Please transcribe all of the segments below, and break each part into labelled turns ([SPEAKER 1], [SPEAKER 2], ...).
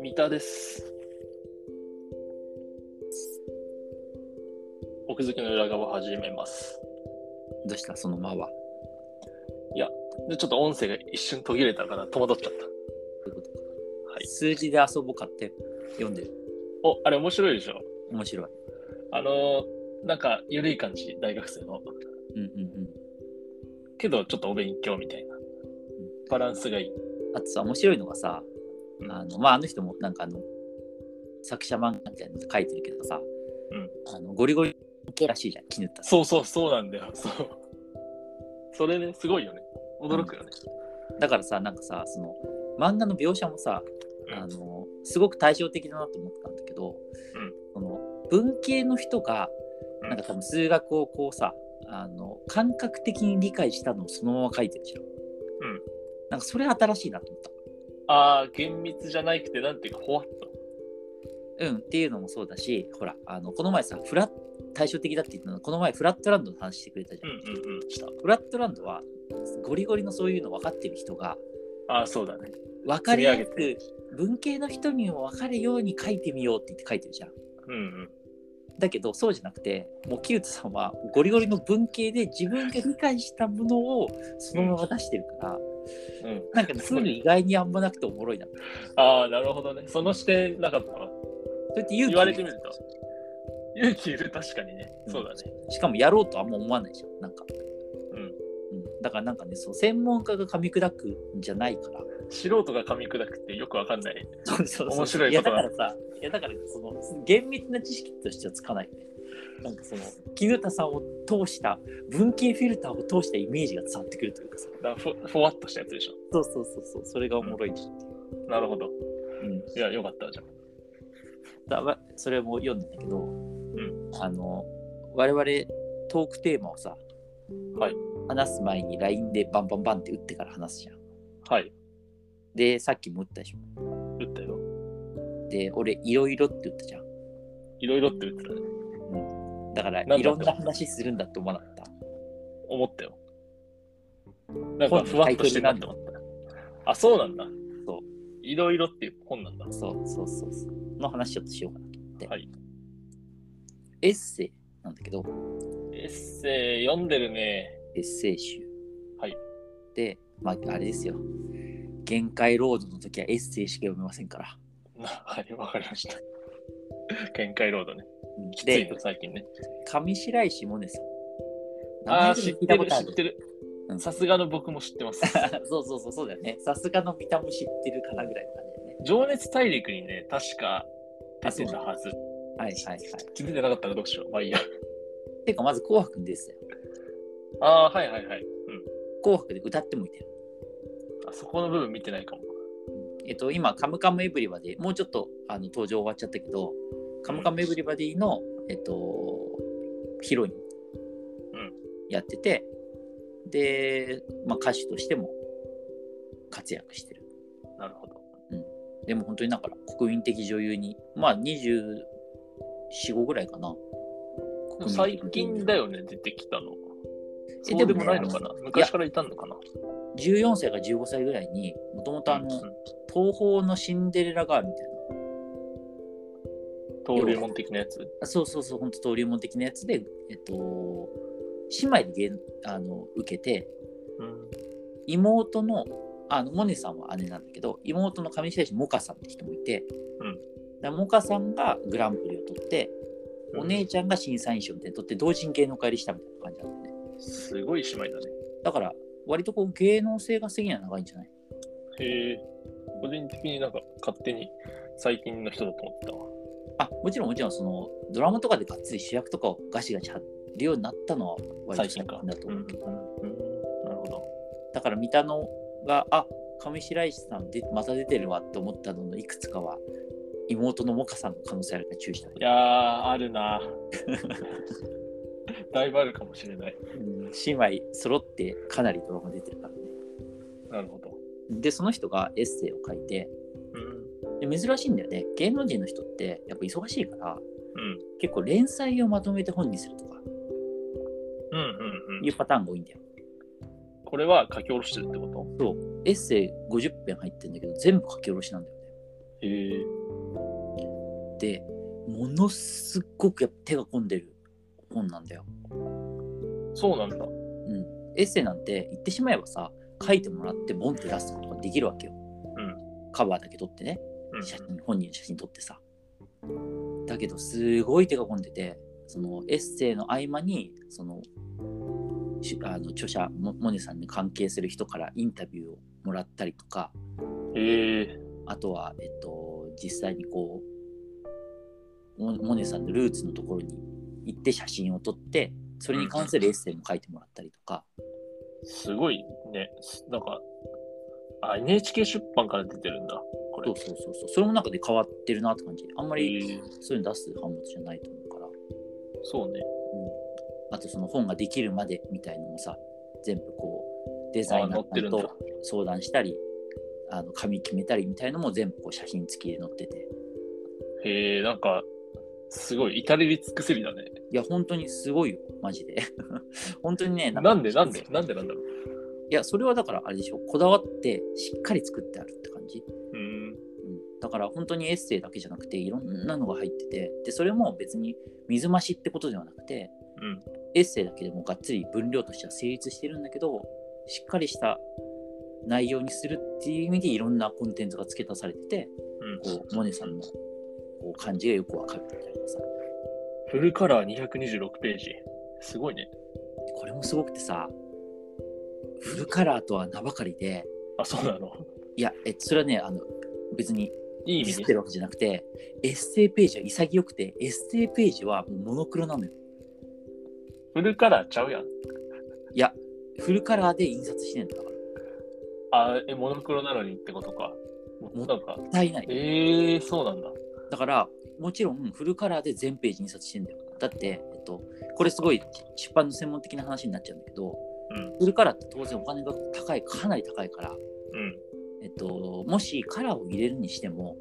[SPEAKER 1] 三田です奥付けの裏側を始めます
[SPEAKER 2] どうしたその間は。
[SPEAKER 1] でちょっと音声が一瞬途切れたから戸惑っちゃったはい
[SPEAKER 2] 数字で遊ぼうかって読んでる。
[SPEAKER 1] おあれ面白いでしょ
[SPEAKER 2] 面白い。
[SPEAKER 1] あのーなんかゆるい感じ大学生の
[SPEAKER 2] うんうん
[SPEAKER 1] けどちょっとお勉強みたいなバランスがいい
[SPEAKER 2] うん。あとさ、面白いのがさ、
[SPEAKER 1] うん
[SPEAKER 2] あの、まあ、あの人もなんかあの、作者漫画みたいなの書いてるけどさ、
[SPEAKER 1] うん
[SPEAKER 2] あのゴリゴリ系らしいじゃん、絹った
[SPEAKER 1] そうそうそうなんだよそうそれねすごいよね驚くよね、
[SPEAKER 2] だからさ、なんかさ、その、漫画の描写もさ、
[SPEAKER 1] うん
[SPEAKER 2] あのすごく対照的だなと思ったんだけど、
[SPEAKER 1] うん
[SPEAKER 2] その文系の人が
[SPEAKER 1] うん
[SPEAKER 2] なんか多分数学をこうさあの感覚的に理解したのをそのまま書いてるじゃん。
[SPEAKER 1] ん
[SPEAKER 2] なんかそれ新しいなと思っ
[SPEAKER 1] ああ厳密じゃなくてなんていうかほわっと
[SPEAKER 2] た。うんっていうのもそうだしほらあのこの前さフラ対照的だって言ったのこの前フラットランドの話してくれたじゃ
[SPEAKER 1] うん
[SPEAKER 2] ん。
[SPEAKER 1] うんうんした
[SPEAKER 2] フラットランドはゴリゴリのそういうの分かってる人が
[SPEAKER 1] ああそうだね
[SPEAKER 2] 分かりやす
[SPEAKER 1] 積み上
[SPEAKER 2] く文系の人にも分かるように書いてみようって言って書いてるじゃん。
[SPEAKER 1] うんうん
[SPEAKER 2] だけどそうじゃなくてもうキュートさんはゴリゴリの文系で自分が理解したものをそのまま出してるから、
[SPEAKER 1] うん
[SPEAKER 2] なんかそういうの意外にあんまなくておもろいなそ
[SPEAKER 1] ああ、なるほどね。その視点なかったわ。
[SPEAKER 2] うやって勇気
[SPEAKER 1] 言われてみると。勇気いる、確かにね。
[SPEAKER 2] うん
[SPEAKER 1] そうだね。
[SPEAKER 2] しかもやろうとあんま思わないじゃんなんか、
[SPEAKER 1] うん。
[SPEAKER 2] うん、だからなんかねそう専門家が噛み砕くんじゃない から
[SPEAKER 1] 素人が噛み砕くってよくわかんない。
[SPEAKER 2] そうそうそう
[SPEAKER 1] 面白い
[SPEAKER 2] いや
[SPEAKER 1] こ
[SPEAKER 2] だ
[SPEAKER 1] と
[SPEAKER 2] か
[SPEAKER 1] だ
[SPEAKER 2] らさいやだからその厳密な知識としてはつかないよねなんかその絹田さんを通した文系フィルターを通したイメージが伝わってくるというかさ
[SPEAKER 1] だふふわっとしたやつでしょ。
[SPEAKER 2] そうそうそうそうそれがおもろいし、
[SPEAKER 1] なるほど。
[SPEAKER 2] うん、
[SPEAKER 1] いや、よかったじゃん。
[SPEAKER 2] だわそれも読んだんだけど、あの我々トークテーマをさ、
[SPEAKER 1] はい
[SPEAKER 2] 話す前に LINE でバンバンバンって打ってから話すじゃん。
[SPEAKER 1] はい。
[SPEAKER 2] でさっきも打ったでしょ。
[SPEAKER 1] 打ったよ。
[SPEAKER 2] で俺いろいろって打ったじゃ
[SPEAKER 1] いろいろって打ってたね。
[SPEAKER 2] ん。だから
[SPEAKER 1] なんだ
[SPEAKER 2] いろんな話するんだって思わなかった。
[SPEAKER 1] 思ったよ。なんかふわっとしてなって思った。あ、そうなんだ。
[SPEAKER 2] そう。
[SPEAKER 1] いろいろっていう本なんだ。
[SPEAKER 2] そうそうそうそう。の話ちょっとしようかなと思って。
[SPEAKER 1] はい
[SPEAKER 2] エッセイなんだけど
[SPEAKER 1] エッセイ読んでるね。
[SPEAKER 2] エッセイ集。
[SPEAKER 1] はい
[SPEAKER 2] で、まあ、あれですよ。限界ロードの時はエッセイしか読めませんから。
[SPEAKER 1] なはい、わかりました。 見解ロードね。
[SPEAKER 2] うん
[SPEAKER 1] きつい
[SPEAKER 2] で
[SPEAKER 1] よ、、最近ね。
[SPEAKER 2] 上白石萌音さん。
[SPEAKER 1] ああ、
[SPEAKER 2] 名前で
[SPEAKER 1] 知っ
[SPEAKER 2] も聞
[SPEAKER 1] て
[SPEAKER 2] いたこ
[SPEAKER 1] る、
[SPEAKER 2] と
[SPEAKER 1] 知
[SPEAKER 2] あ
[SPEAKER 1] っ
[SPEAKER 2] る。
[SPEAKER 1] てる
[SPEAKER 2] う。ん
[SPEAKER 1] さすがの僕も知ってます。
[SPEAKER 2] そうそうそう、そうだよね。さすがの見たも知ってるかなぐらいの感じだよね。
[SPEAKER 1] 情熱大陸にね、確か出てたはず。
[SPEAKER 2] はいはいはい。
[SPEAKER 1] 気づいてなかったらどうしよう。まあいいや。
[SPEAKER 2] てか、まず紅白ですよ。
[SPEAKER 1] ああー、はいはいはい。うん。
[SPEAKER 2] 紅白で歌ってもいたよ。
[SPEAKER 1] あそこの部分見てないかも。
[SPEAKER 2] えっと、今、カムカムエブリバディ、もうちょっとあの登場終わっちゃったけど、カムカムエブリバディの、えっと、ヒロイン
[SPEAKER 1] うん
[SPEAKER 2] やってて、で、まあ、歌手としても活躍してる。
[SPEAKER 1] なるほど。
[SPEAKER 2] でも本当になんか国民的女優に、まあ24、5ぐらいかな。
[SPEAKER 1] でも最近だよね、出てきたの。
[SPEAKER 2] え
[SPEAKER 1] そうでもないのか
[SPEAKER 2] で
[SPEAKER 1] な
[SPEAKER 2] もね
[SPEAKER 1] 昔からいたのかな
[SPEAKER 2] 14歳から15歳ぐらいに、もともとあの、
[SPEAKER 1] うん
[SPEAKER 2] 東宝のシンデレラガールみたいな。
[SPEAKER 1] 登竜門的なやつ。
[SPEAKER 2] あそうそうそう、本当登竜門的なやつで、えっと、姉妹で芸あの受けて、
[SPEAKER 1] うん。
[SPEAKER 2] 妹の、あの、モネさんは姉なんだけど、妹の上白石萌歌さんって人もいて、
[SPEAKER 1] うん
[SPEAKER 2] だから萌歌さんがグランプリを取って、お姉ちゃんが審査員賞みたいに取って、同人芸能界入りしたみたいな感じなんだよね。
[SPEAKER 1] すごい姉妹だね。
[SPEAKER 2] だから、割とこう芸能性が好きには長いんじゃない
[SPEAKER 1] へえ。個人的になんか勝手に最近の人だと思ってたわ。
[SPEAKER 2] あもちろんもちろんそのドラマとかでがっつり主役とかをガシガシ張るようになったのは割
[SPEAKER 1] 最
[SPEAKER 2] と
[SPEAKER 1] 近か。
[SPEAKER 2] だと
[SPEAKER 1] うんう
[SPEAKER 2] 思うんけど、
[SPEAKER 1] うんなるほど。
[SPEAKER 2] だから三田のが、あ上白石さんでまた出てるわって思ったののいくつかは妹のモカさんの可能性あるから注意した方
[SPEAKER 1] い
[SPEAKER 2] が
[SPEAKER 1] や
[SPEAKER 2] い
[SPEAKER 1] ー、あるな。だいぶあるかもしれない。
[SPEAKER 2] いうん姉妹揃ってかなりドラマ出てるからね。
[SPEAKER 1] なるほど。
[SPEAKER 2] で、その人がエッセイを書いて、で珍しいんだよね。芸能人の人ってやっぱ忙しいから、
[SPEAKER 1] うん。
[SPEAKER 2] 結構連載をまとめて本にするとか
[SPEAKER 1] うんうんうん。
[SPEAKER 2] いうパターンが多いんだよ。
[SPEAKER 1] これは書き下ろしてるってこと
[SPEAKER 2] エッセイ50編入ってるんだけど、全部書き下ろしなんだよね。
[SPEAKER 1] へえ。
[SPEAKER 2] で、ものすっごくやっぱ手が込んでる本なんだよ。
[SPEAKER 1] そうなんだ。
[SPEAKER 2] うん、エッセイなんて言ってしまえばさ書いてもらってボンって出すことができるわけよ、
[SPEAKER 1] ん
[SPEAKER 2] カバーだけ撮ってね
[SPEAKER 1] うん
[SPEAKER 2] 写真本人の写真撮ってさだけどすごい手が込んでてそのエッセイの合間にそのしあの著者モモネさんに関係する人からインタビューをもらったりとか
[SPEAKER 1] へえ。
[SPEAKER 2] あとは、えっと、実際にこうモモネさんのルーツのところに行って写真を撮ってそれに関するエッセイも書いてもらったりとか、
[SPEAKER 1] すごいね。なんか、あ、NHK 出版から出てるんだ。これ。
[SPEAKER 2] そうそうそうそう。それもなんかで変わってるなって感じ。あんまり
[SPEAKER 1] へえ
[SPEAKER 2] そういうの出す版物じゃないと思うから。
[SPEAKER 1] そうね。
[SPEAKER 2] あとその本ができるまでみたいのもさ、全部こうデザイナ
[SPEAKER 1] あ載って
[SPEAKER 2] ー
[SPEAKER 1] るんだ
[SPEAKER 2] と相談したり、あの紙決めたりみたいのも全部こう写真付きで載ってて。
[SPEAKER 1] へえ、なんか、すごい、至れり尽くせりだね。
[SPEAKER 2] いや、本当にすごいよ、マジ で。本当にね、か
[SPEAKER 1] なんでなんでなんでなんだろう。
[SPEAKER 2] いや、それはだからあれでしょ、こだわってしっかり作ってあるって感じ。
[SPEAKER 1] うん。
[SPEAKER 2] うんだから本当にエッセイだけじゃなくていろんなのが入っててでそれも別に水増しってことではなくて、
[SPEAKER 1] うん
[SPEAKER 2] エッセイだけでもがっつり分量としては成立してるんだけどしっかりした内容にするっていう意味でいろんなコンテンツが付け足されてて
[SPEAKER 1] うん、
[SPEAKER 2] こうモネさんのこう感じがよくわかるみたいなさ
[SPEAKER 1] フルカラー226ページ。すごいね。
[SPEAKER 2] これもすごくてさフルカラーとは名ばかりで
[SPEAKER 1] あ、そうなの。
[SPEAKER 2] いやえそれはねあの別に
[SPEAKER 1] いい意
[SPEAKER 2] ディ
[SPEAKER 1] 味
[SPEAKER 2] スっ
[SPEAKER 1] で
[SPEAKER 2] て。るわけじゃなくてエッセイページは潔くてエッセイページはもうモノクロなのよ
[SPEAKER 1] フルカラーちゃうやん。
[SPEAKER 2] いやフルカラーで印刷してんだからも
[SPEAKER 1] あ、え、モノクロなのにってことか。なんか、
[SPEAKER 2] ったいない
[SPEAKER 1] ええそうなんだ。
[SPEAKER 2] だからもちろんフルカラーで全ページ印刷してんだよだって、えっと、これすごい出版の専門的な話になっちゃうんだけど
[SPEAKER 1] うん。
[SPEAKER 2] フルカラーって当然お金が高いかなり高いから、
[SPEAKER 1] うん。
[SPEAKER 2] えっと、もしカラーを入れるにしても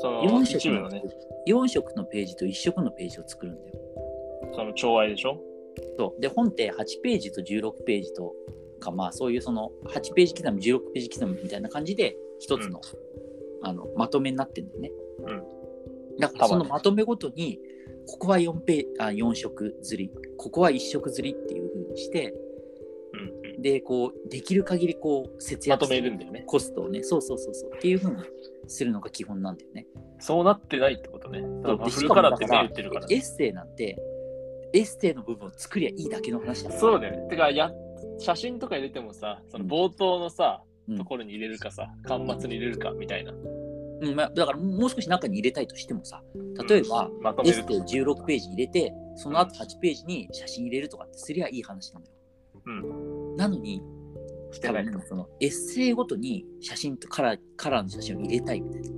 [SPEAKER 1] その、
[SPEAKER 2] 4色
[SPEAKER 1] 一部の
[SPEAKER 2] の
[SPEAKER 1] ね、
[SPEAKER 2] 4色のページと1色のページを作るんだよ
[SPEAKER 1] その、調和でしょ
[SPEAKER 2] そうで本って8ページと16ページとかまあそういうその8ページ刻み16ページ刻みみたいな感じで一つの,、あのまとめになってるんだよね。だから
[SPEAKER 1] 束ね
[SPEAKER 2] そのまとめごとにここは 4, ペーあ4色ずりここは1色ずりっていう風にして
[SPEAKER 1] うん。うん
[SPEAKER 2] でこうできる限りこう節
[SPEAKER 1] ま
[SPEAKER 2] 約
[SPEAKER 1] と
[SPEAKER 2] す
[SPEAKER 1] め
[SPEAKER 2] る
[SPEAKER 1] るんだよね。
[SPEAKER 2] コストをねそうそうそうそうっていう風にするのが基本なんだよね。
[SPEAKER 1] そうなってないってことね。だからフ
[SPEAKER 2] でし
[SPEAKER 1] ル
[SPEAKER 2] か
[SPEAKER 1] カ
[SPEAKER 2] も
[SPEAKER 1] ラー
[SPEAKER 2] だ
[SPEAKER 1] って
[SPEAKER 2] か
[SPEAKER 1] 目
[SPEAKER 2] ら
[SPEAKER 1] 言ってるから。
[SPEAKER 2] エッセイなんてエッセイの部分を作りゃいいだけの話だから
[SPEAKER 1] そうだよね。てかや、写真とか入れてもさ、その冒頭のさ、
[SPEAKER 2] うん
[SPEAKER 1] ところに入れるかさ、端末に入れるかみたいな。
[SPEAKER 2] うんまあ、だからもう少し中に入れたいとしてもさ例えば、
[SPEAKER 1] うんまと
[SPEAKER 2] エ
[SPEAKER 1] める
[SPEAKER 2] ステを16ページ入れてその後8ページに写真入れるとかってすりゃいい話なのよ、なのに
[SPEAKER 1] して
[SPEAKER 2] 多
[SPEAKER 1] ない
[SPEAKER 2] 分なんかそのエッセイごとに写真とカラーカラーの写真を入れたいみたいな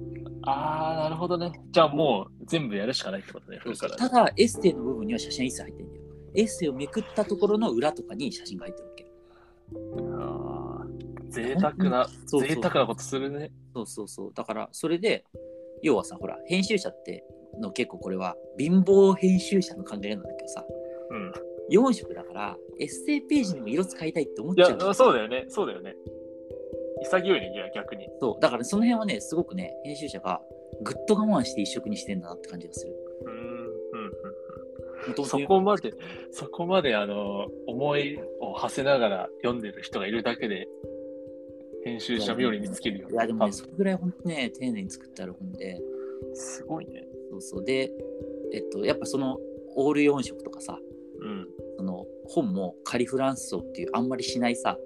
[SPEAKER 1] あー、なるほどね。じゃあもう全部やるしかないってことね、フルカラー
[SPEAKER 2] た
[SPEAKER 1] で。
[SPEAKER 2] だエッセイの部分には写真は一切入ってないんだよエッセイをめくったところの裏とかに写真が入ってるわけ
[SPEAKER 1] あー贅沢な、
[SPEAKER 2] そうそう
[SPEAKER 1] 贅沢なことするね。
[SPEAKER 2] そうそうそうだからそれで要はさほら編集者っての結構これは貧乏編集者の考えなんだけどさ
[SPEAKER 1] うん。
[SPEAKER 2] 4色だからエッセイページにも色使いたいって思っ
[SPEAKER 1] い
[SPEAKER 2] ちゃうの
[SPEAKER 1] や、そうだよね、そうだよね。潔いね、いや逆に。
[SPEAKER 2] そうだからその辺はねすごくね編集者がぐっと我慢して一色にしてんだなって感じがする
[SPEAKER 1] うん、うん、
[SPEAKER 2] 元
[SPEAKER 1] うん。
[SPEAKER 2] 々
[SPEAKER 1] そこまで、そこまで、あの、思いを馳せながら読んでる人がいるだけで、編集者冥利に尽きるよね。
[SPEAKER 2] いやでもね
[SPEAKER 1] 多
[SPEAKER 2] それぐらい本当ね丁寧に作ってある本で
[SPEAKER 1] 分すごいね。
[SPEAKER 2] そうそうでえっとやっぱそのオール4色とかさ
[SPEAKER 1] うん。
[SPEAKER 2] その本もカリフランス層っていうあんまりしないさ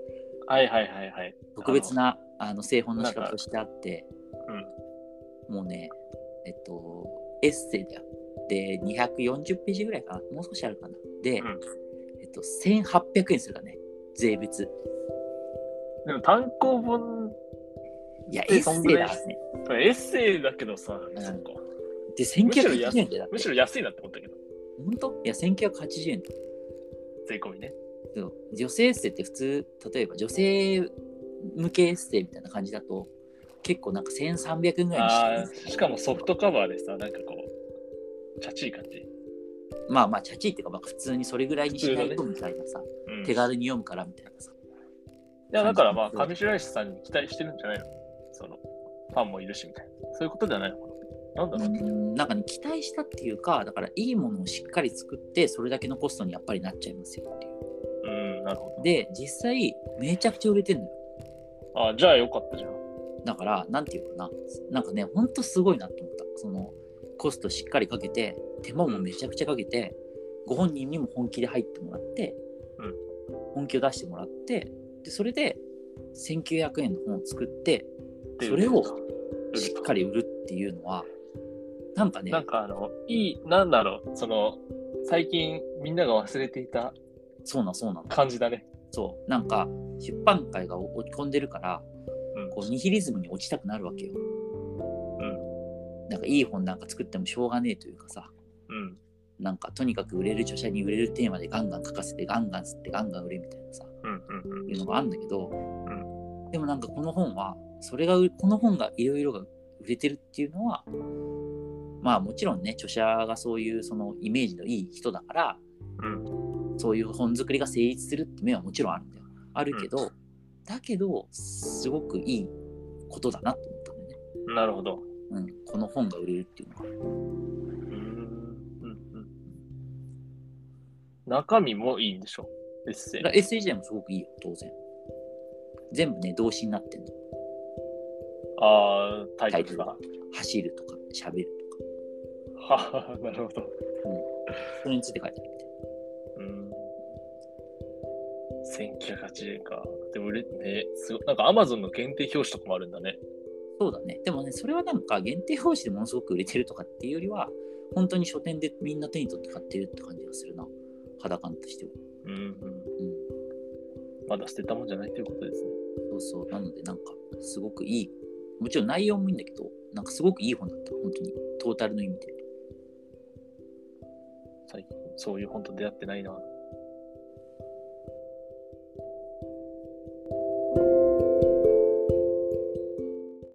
[SPEAKER 1] はいはいはいはい。
[SPEAKER 2] 特別なあの製本の仕
[SPEAKER 1] なん
[SPEAKER 2] 方
[SPEAKER 1] か
[SPEAKER 2] としてあって、もうねえっとエッセイだよで240ページぐらいかなもう少しあるかなで、
[SPEAKER 1] うん
[SPEAKER 2] えっと1800円するからね税別
[SPEAKER 1] でも単行本、
[SPEAKER 2] いやエ
[SPEAKER 1] で
[SPEAKER 2] ッセイだからね
[SPEAKER 1] エッセイだけどさ、
[SPEAKER 2] ん
[SPEAKER 1] そっか
[SPEAKER 2] で、
[SPEAKER 1] むしろ
[SPEAKER 2] 1980
[SPEAKER 1] や
[SPEAKER 2] 円でだって。
[SPEAKER 1] むしろ安いなって思ったけど、
[SPEAKER 2] 本当いや、1980円だよ
[SPEAKER 1] 税込みね。
[SPEAKER 2] そう女性エッセイって普通、例えば女性向けエッセイみたいな感じだと、結構なんか1300円ぐらい
[SPEAKER 1] あ
[SPEAKER 2] にして
[SPEAKER 1] ーしかもソフトカバーでさ、なんかこう、チャチい感じ。
[SPEAKER 2] まあまあ、チャチいっていうか、まあ、普通にそれぐらいにしない
[SPEAKER 1] 普通
[SPEAKER 2] と
[SPEAKER 1] のね
[SPEAKER 2] みたいなさ、
[SPEAKER 1] うん
[SPEAKER 2] 手軽に読むからみたいなさ。
[SPEAKER 1] や、だからまあ、上白石さんに期待してるんじゃないのその、ファンもいるしみたいな。そういうことじゃないのかな。なんだろうね。
[SPEAKER 2] うんなんかね、期待したっていうか、だからいいものをしっかり作って、それだけのコストにやっぱりなっちゃいますよっていう。
[SPEAKER 1] うん、なるほ
[SPEAKER 2] で、実際、めちゃくちゃ売れてるのよ。
[SPEAKER 1] ど。あ、じゃあよかったじゃん。
[SPEAKER 2] だから、なんていうかな、なんかね、ほんとすごいなと思った。その、コストしっかりかけて、手間もめちゃくちゃかけて、ご本人にも本気で入ってもらって、
[SPEAKER 1] うん
[SPEAKER 2] 本気を出してもらって、でそれで1900円の本を作って、
[SPEAKER 1] で
[SPEAKER 2] それを
[SPEAKER 1] 売
[SPEAKER 2] し
[SPEAKER 1] る
[SPEAKER 2] っ
[SPEAKER 1] と
[SPEAKER 2] かり売るっていうのは、なんかね、
[SPEAKER 1] なんかあの、いい、なんだろう、その、最近みんなが忘れていた
[SPEAKER 2] そうなんそうなの。
[SPEAKER 1] 感じだね。
[SPEAKER 2] そう、なんか出版界が落ち込んでるから、
[SPEAKER 1] うん
[SPEAKER 2] こうニヒリズムに落ちたくなるわけよ。なんかいい本なんか作ってもしょうがねえというかさ、
[SPEAKER 1] うん。
[SPEAKER 2] なんかとにかく売れる著者に売れるテーマでガンガン書かせてガンガン吸ってガンガン売れみたいなさ、
[SPEAKER 1] うん。うん。うん
[SPEAKER 2] いうのがあるんだけど、でもなんかこの本は、それがう、この本がいろいろが売れてるっていうのは、まあもちろんね、著者がそういうそのイメージのいい人だから、
[SPEAKER 1] うん。
[SPEAKER 2] そういう本作りが成立するって面はもちろんあるんだよ。あるけど、だけど、すごくいいことだなと思ったんだよね。
[SPEAKER 1] うん。なるほど。
[SPEAKER 2] うん、この本が売れるっていうのは。
[SPEAKER 1] うーんうんうん中身もいいんでしょエッセイ
[SPEAKER 2] だから。エッセイ自体もすごくいいよ、当然。全部ね、動詞になってんの。
[SPEAKER 1] ああ、タイトルが。は
[SPEAKER 2] 走るとか、喋るとか、
[SPEAKER 1] は なるほど。
[SPEAKER 2] それについて書いてあるみたいな。
[SPEAKER 1] うーん。1980円か。でも売れね、すごい。なんか Amazon の限定表紙とかもあるんだね。
[SPEAKER 2] そうだね。でもね、それはなんか限定表紙でものすごく売れてるとかっていうよりは、本当に書店でみんな手に取って買ってるって感じがするな。肌感としては。
[SPEAKER 1] うんうん。
[SPEAKER 2] うん。
[SPEAKER 1] まだ捨てたもんじゃないということですね。
[SPEAKER 2] そうそう。なので、なんか、すごくいい。もちろん内容もいいんだけど、なんかすごくいい本だった。本当に。トータルの意味で。
[SPEAKER 1] 最近、そういう本と出会ってないな。う